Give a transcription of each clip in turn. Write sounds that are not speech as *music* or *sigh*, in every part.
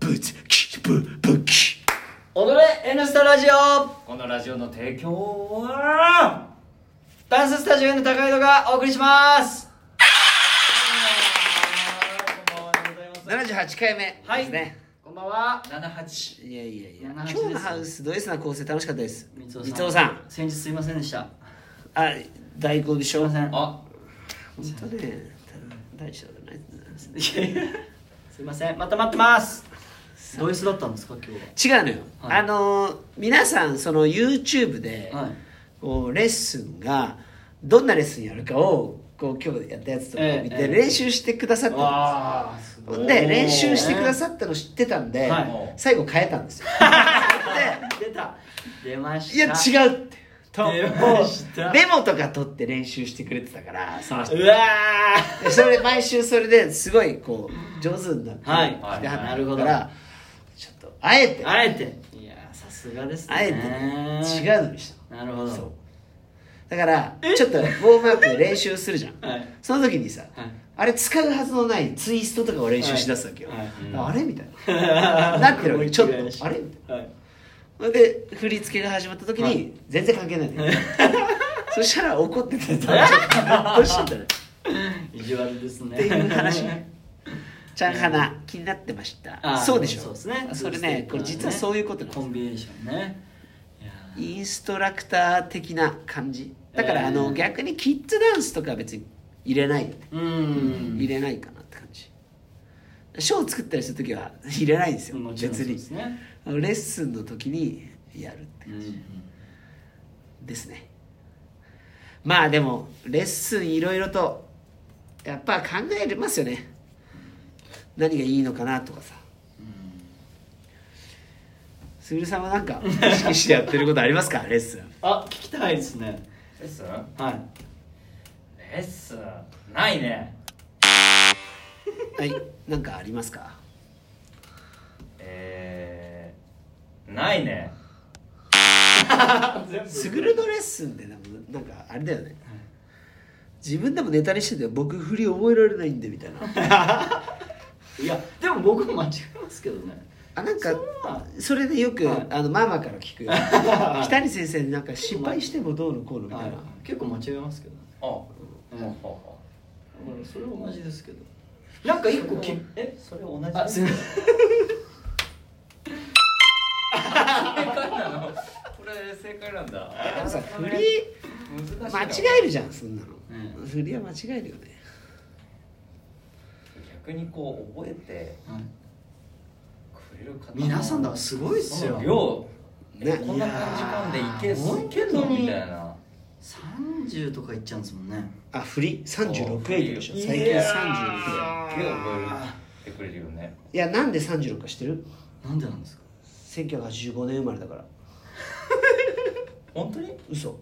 ブツキブブキ踊れ N スタラジオこのラジオの提供はダンススタジオへの高井戸がお送りしますこんばんはでございます78回目はですい、ね、こんばんは78い、やいやいや78今です日のハウスド S な構成楽しかったです三三尾さん先日すいませんでしたあ大好でしすいょません本あ当ね大したことないですねいやいやすいませんまた待ってますドイツだったんですか今日違うのよ、はいあのー皆さんその YouTube で、はいこうレッスンがどんなレッスンやるかをこう今日やったやつとかええ見て、ええ練習してくださったわあすんです、で練習してくださったの知ってたんで、はい最後変えたんです *laughs* よ出た出ましいやた違うってともう出ましたメモとか取って練習してくれてたからその人うわーでそれ毎週それですごいこう上手になってきてはいはったなるほかどらちょっとあえてあえていやーさすがですねあえてね違うのにしたなるほどそうだからえちょっとウォームアップで練習するじゃん、 *laughs* はいその時にさ、はいあれ使うはずのないツイストとかを練習しだすわけよ、はいはいだからあれみたい *laughs* ななってるわけちょっとあれみたいなはいそれで振り付けが始まった時に、はい全然関係ないん *laughs* だよそしたら怒っててちょっと *laughs* どうしてんだろう意地悪ですねっていう話ちゃんはな気になってました *laughs* あーそうでしょそうですねそれねこれ実はそういうことなんですコンビネーションねいやーインストラクター的な感じだから、えーあの逆にキッズダンスとかは別に入れない、う入んれないかなって感じショーを作ったりする時は入れないんですよもちろん別そうにですねあのレッスンの時にやるってう感じんですねまあでもレッスンいろいろとやっぱ考えれますよね何がいいのかなとかさすぐるさんはなんか意識してやってることありますかレッスンあ聞きたいですねレッスンはいレッスンないねはいなんかありますかえー、ないねすぐるのレッスンってなんかなんかあれだよね自分でもネタにしてて僕振り覚えられないんでみたいないやでも僕も間違えますけどねあなんかそんなそれでよく、はいあのママから聞く北谷先生になんか失敗してもどうのこうのみたいなはい結構間違えますけどねあほううんほうほうんそれは同じですけどなんか一個きえそれ同じあすいません正解なのこれ正解なんだでもさ振り難しい間違えるじゃんそんなの、う振りは間違えるよね逆にこう覚えてはいくれる方の皆さんだからすごいっすよその量えねこんな短時間でいけいやーいけんの本当にみたいな30とかいっちゃうんですもんねあ振り36営業でしょいやー最近36営すっげえ覚えてくれるよねいやなんで36か知ってるなんでなんですか1985年生まれだから本当に嘘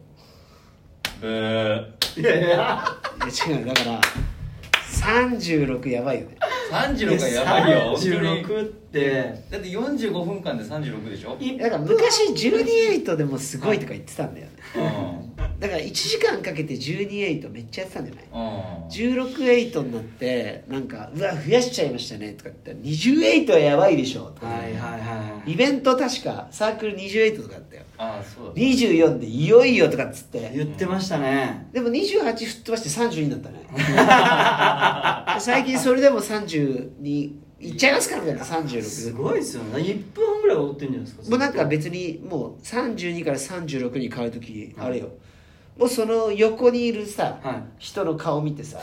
ブーいやいやいや違うだから36やばいよね36がやばいよ本当に36ってだって45分間で36でしょ、だから昔128でもすごいとか言ってたんだよねうんだから1時間かけて128めっちゃやってたんじゃないうん168になってなんか「うわ増やしちゃいましたね」とか言って「28はやばいでしょ」とか、はいはいはイベント確かサークル28とかあったよああそうだね24でいよいよとかっつっいて言ってましたねでも28吹っ飛ばして32になったね *laughs* 最近それでも32いっちゃいますかみたいな36すごいですよね1分半ぐらい踊ってんじゃないですかもうなんか別にもう32から36に変わる時あれよ、もうその横にいるさ、はい人の顔見てさ、 *laughs*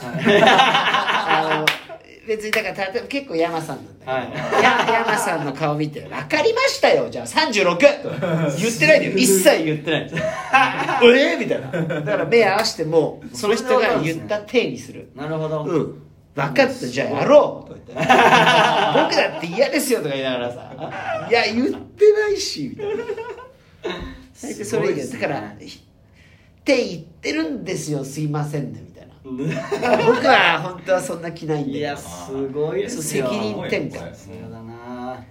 あの別にだから例えば結構山さんなんだけど、はいや山さんの顔見て「分かりましたよじゃあ36!」と言ってないで *laughs* よ一切言ってないえーみたいなだから目合わせてもうその人が言った体にするなるほど、うん分かったじゃあやろうとか言って僕だって嫌ですよとか言いながらさ「いや言ってないし」みたいな最近それ以外だか *laughs* ら「すって言ってるんですよすいませんね」み *laughs* たいなごいですね僕は本当はそんな気ないんだいけどやすごいですそよう責任転嫁うんさすがだな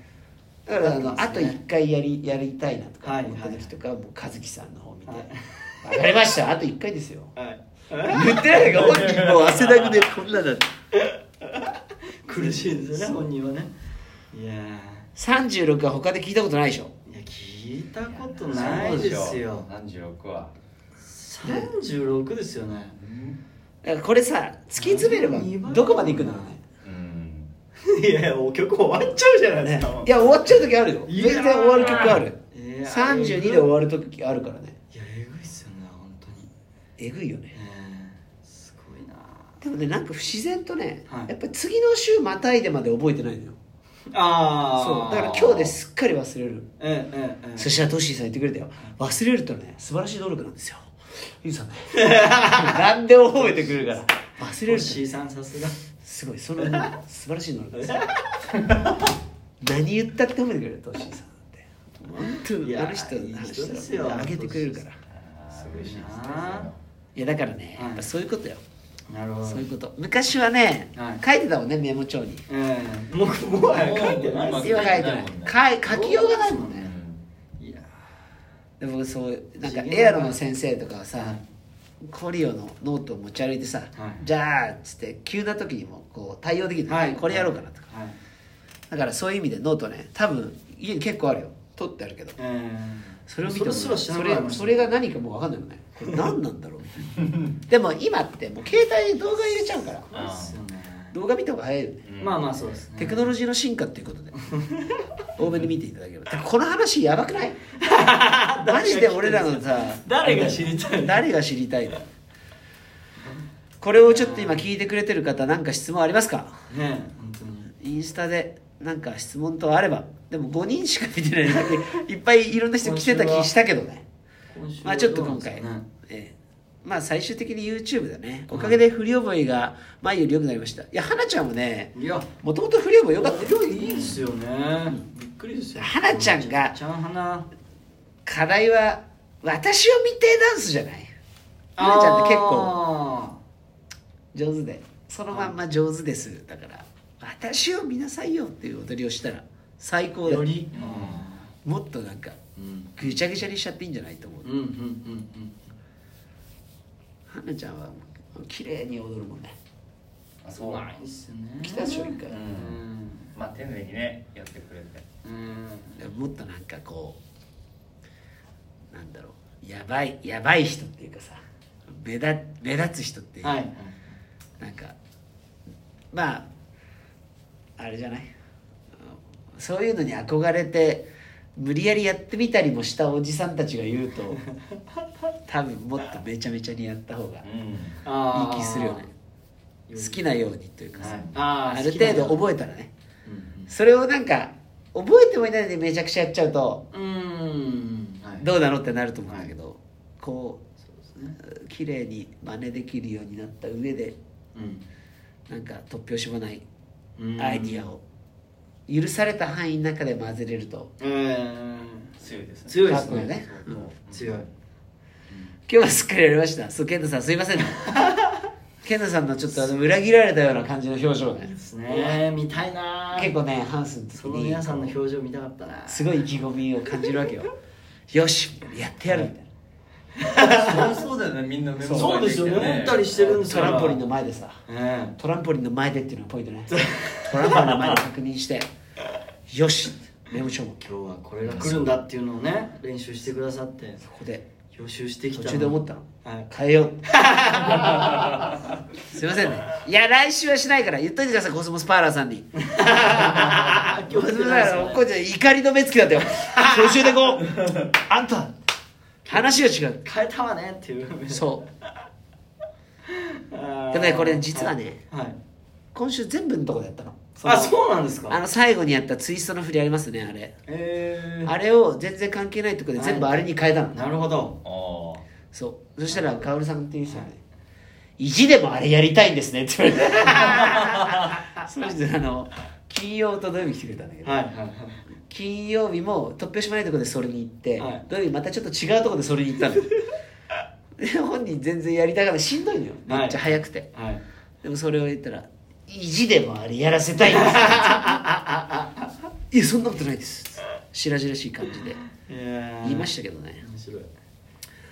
だからあの、そあうでとすね1回やりやりたいなとかはい思った時とか、もう和樹さんの方見ては「分かりましたあと1回ですよ」はい言ってないが本 *laughs* 人もう汗だくでこんなだって苦しいですよね本人はねいやー36は他で聞いたことないでしょいや聞いたことないですよ三十六は。 36ですよねだからこれさ突き詰めればどこまでいくんだろうねうん。いやお曲終わっちゃうじゃないですかいや終わっちゃう時あるよい全やー然終わる曲あるいや32で終わる時あるからねいやえぐいっすよね本当にえぐいよえねー、すごいなでもねなんか不自然とね、はいやっぱり次の週またいでまで覚えてないのよあそあうだから今日ですっかり忘れるええええええそしたらトッシーさん言ってくれたよ忘れるとね素晴らしい能力なんですよゆうさん *laughs* ね何でも覚えてくるから忘れると星さんさすがすごいその素晴らしい能力です *laughs* 何言ったって褒めてくれるトッシーさんって本い当やあの人の話いい人でしすたよらあげてくれるからすごいしいですね。いやだからねはいやっぱそういうことよ、なるほどそういうこと昔はね、はい書いてたもんねメモ帳にええもうもはや書いてないま今あっ書すいよてないかい書きようがないもんうねんいやで僕そうなんか不思議エだなアロの先生とかはさ、コリオのノートを持ち歩いてさ、いじゃあっつって急な時にもこう対応できる、はいこれやろうかなとかはいだからそういう意味でノートね多分家に結構あるよ取ってあるけどえそれを見てもそれすらそ知らなかったれそれが何かもう分かんないもんねこれ何なんだろうみたい *laughs* なでも今ってもう携帯で動画入れちゃうからえ怖いっすよね動画見た方が早いよねうんまあまあそうですねテクノロジーの進化っていう *laughs* ことで多めに見ていただければてかこの話やばくない *laughs* マジで俺らのさ誰が知りたい誰が知りたいのこれをちょっと今聞いてくれてる方なんか質問ありますかねえ本当にインスタでなんか質問等あればでも5人しか見てないだけいっぱいいろんな人来てた気したけどね今週まはあちょっとど今うなんですか回、ねええまあ最終的に YouTube だねおかげで振り覚えが前より良くなりましたいや花ちゃんもねいやもともと振り覚え良かったよ量いいですよねびっくりですよ花ちゃんがちゃん花課題は私を見てダンスじゃない花ちゃんって結構構上手でそのまんま上手ですだから私を見なさいよっていう踊りをしたら最高だよよりもっとなんかうんぐちゃぐちゃにしちゃっていいんじゃないと思ううんうんうんうん花ちゃんは綺麗に踊るもんねあそうなんやいいっすよね来たでしょ一回う。うんんまあ丁寧にねやってくれて。うんもっとなんかこうなんだろうやばいやばい人っていうかさ目立目立つ人っていう、はいなんかまああれじゃないうんそういうのに憧れて無理やりやってみたりもしたおじさんたちが言う *laughs* と多分もっとめちゃめちゃにやった方がうあーいい気するよね好きなようにというかさ、はいああーる程度覚えたらねうんそれをなんか覚えてもいないのでめちゃくちゃやっちゃうとうんうんはいどうなのってなると思うんだけど、こそうですねう綺麗に真似できるようになった上でなんか突拍子もないうんアイディアを許された範囲の中で混ぜれるとうんん。強いですね。強いでかっすこいいよねね強い今日はすっかりやりましたそう健太さんすいませんね *laughs* 健太さんのちょっとあの裏切られたような感じの表情ねですね見たいな結構ねハウスの時そのに皆さんの表情見たかったなすごい意気込みを感じるわけよよしやってやるみたいなそうそうだよねみんなメモ書いてきてそうですよメモったりしてるんですトよランポリンの前でさうんトランポリンの前でっていうのがポイントねトランポリンの前で確認してよしメモ帳も今日はこれが来るんだっていうのをね練習してくださってここで予習してきた途中ので思ったのはい変えよう *laughs* すいませんねいや来週はしないから言っといてくださいコスモスパーラーさんにあコ今ス日モはスパーラーこいつ怒りの目つきだったよ途中でこうあんた話が違う変えたわねっていうそううででもねこれ実はねはい今週全部のとこでやったのあそうなんですあかの最後にやったツイストの振りありますねあれえあれを全然関係ないとこで全部あれに変えたの、ーなるほどあそうそしたらカオルさんっていう人がね「意地でもあれやりたいんですね」って言われて *laughs* その人あの金曜と土曜日来てくれたんだけど、はいはいはい金曜日も突拍子もないとこでそれに行って、はい土曜日またちょっと違うとこでそれに行った *laughs* ので本人全然やりたがらしんどいのよはいめっちゃ早くて、はいでもそれを言ったら「意地でもあれやらせたいんです」いやそんなことないです」白々しい感じで言いましたけどね、た面白い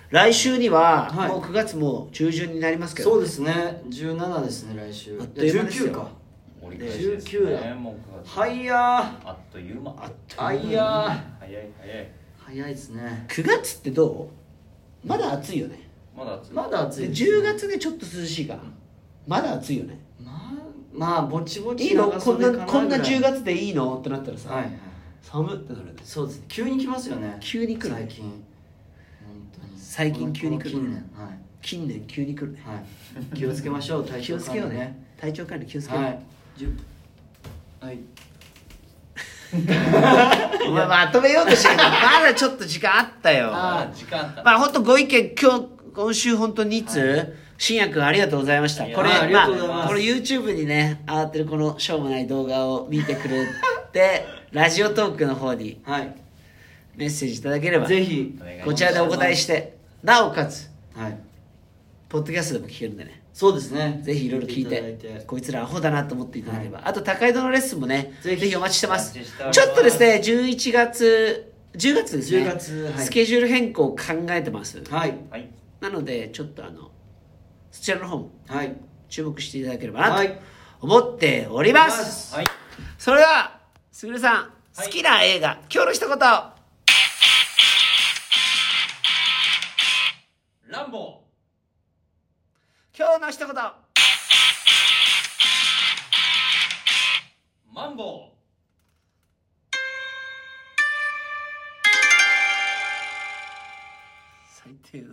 来週には、はいもう9月も中旬になりますけどそうですね17ですね来週あっという間ですよいや19かあ。折り返しですね19だもう九月はいやあっという間あっーあいや早い早いー早いですね9月ってどうまだ暑いよねまだ暑いまだ暑いでです10月でちょっと涼しいからまだ暑いよねまあまあぼちぼちいいの長こん袖なかぐらいこんな10月でいいのってなったらさ、はいはい寒ってなるねそうですね急に来ますよね急に来るね最近本当に最近急に来るこの近年はい近年急に来るね、はい、気をつけましょう体気調をつけよう管理ね体調管理気をつけよう、はい10はいお前まとめようとしてるけどまだちょっと時間あったよまだ時間あったまあ本当ご意見今日今週本当に2通、新也君ありがとうございましたいやこれありがとうございますこれ YouTube にね上がってるこのしょうもない動画を見てくれてラジオトークの方にはいメッセージいただければぜひお願いしますこちらでお答えしてなおかつはいポッドキャストでも聞けるんでねそうですねぜひいろいろ聞いてただいこいつらアホだなと思っていただければ、あと高井戸のレッスンもねぜぜひひお待ちしてますお待ちしておりますちょっとですね11月10月ですね10月はいスケジュール変更を考えてますはいはいなのでちょっとあのそちらの方もはい注目していただければなはとい思っております、はいそれではすぐるさん、好きな映画今日の一言ランボ今日の一言ーマンボ最低だ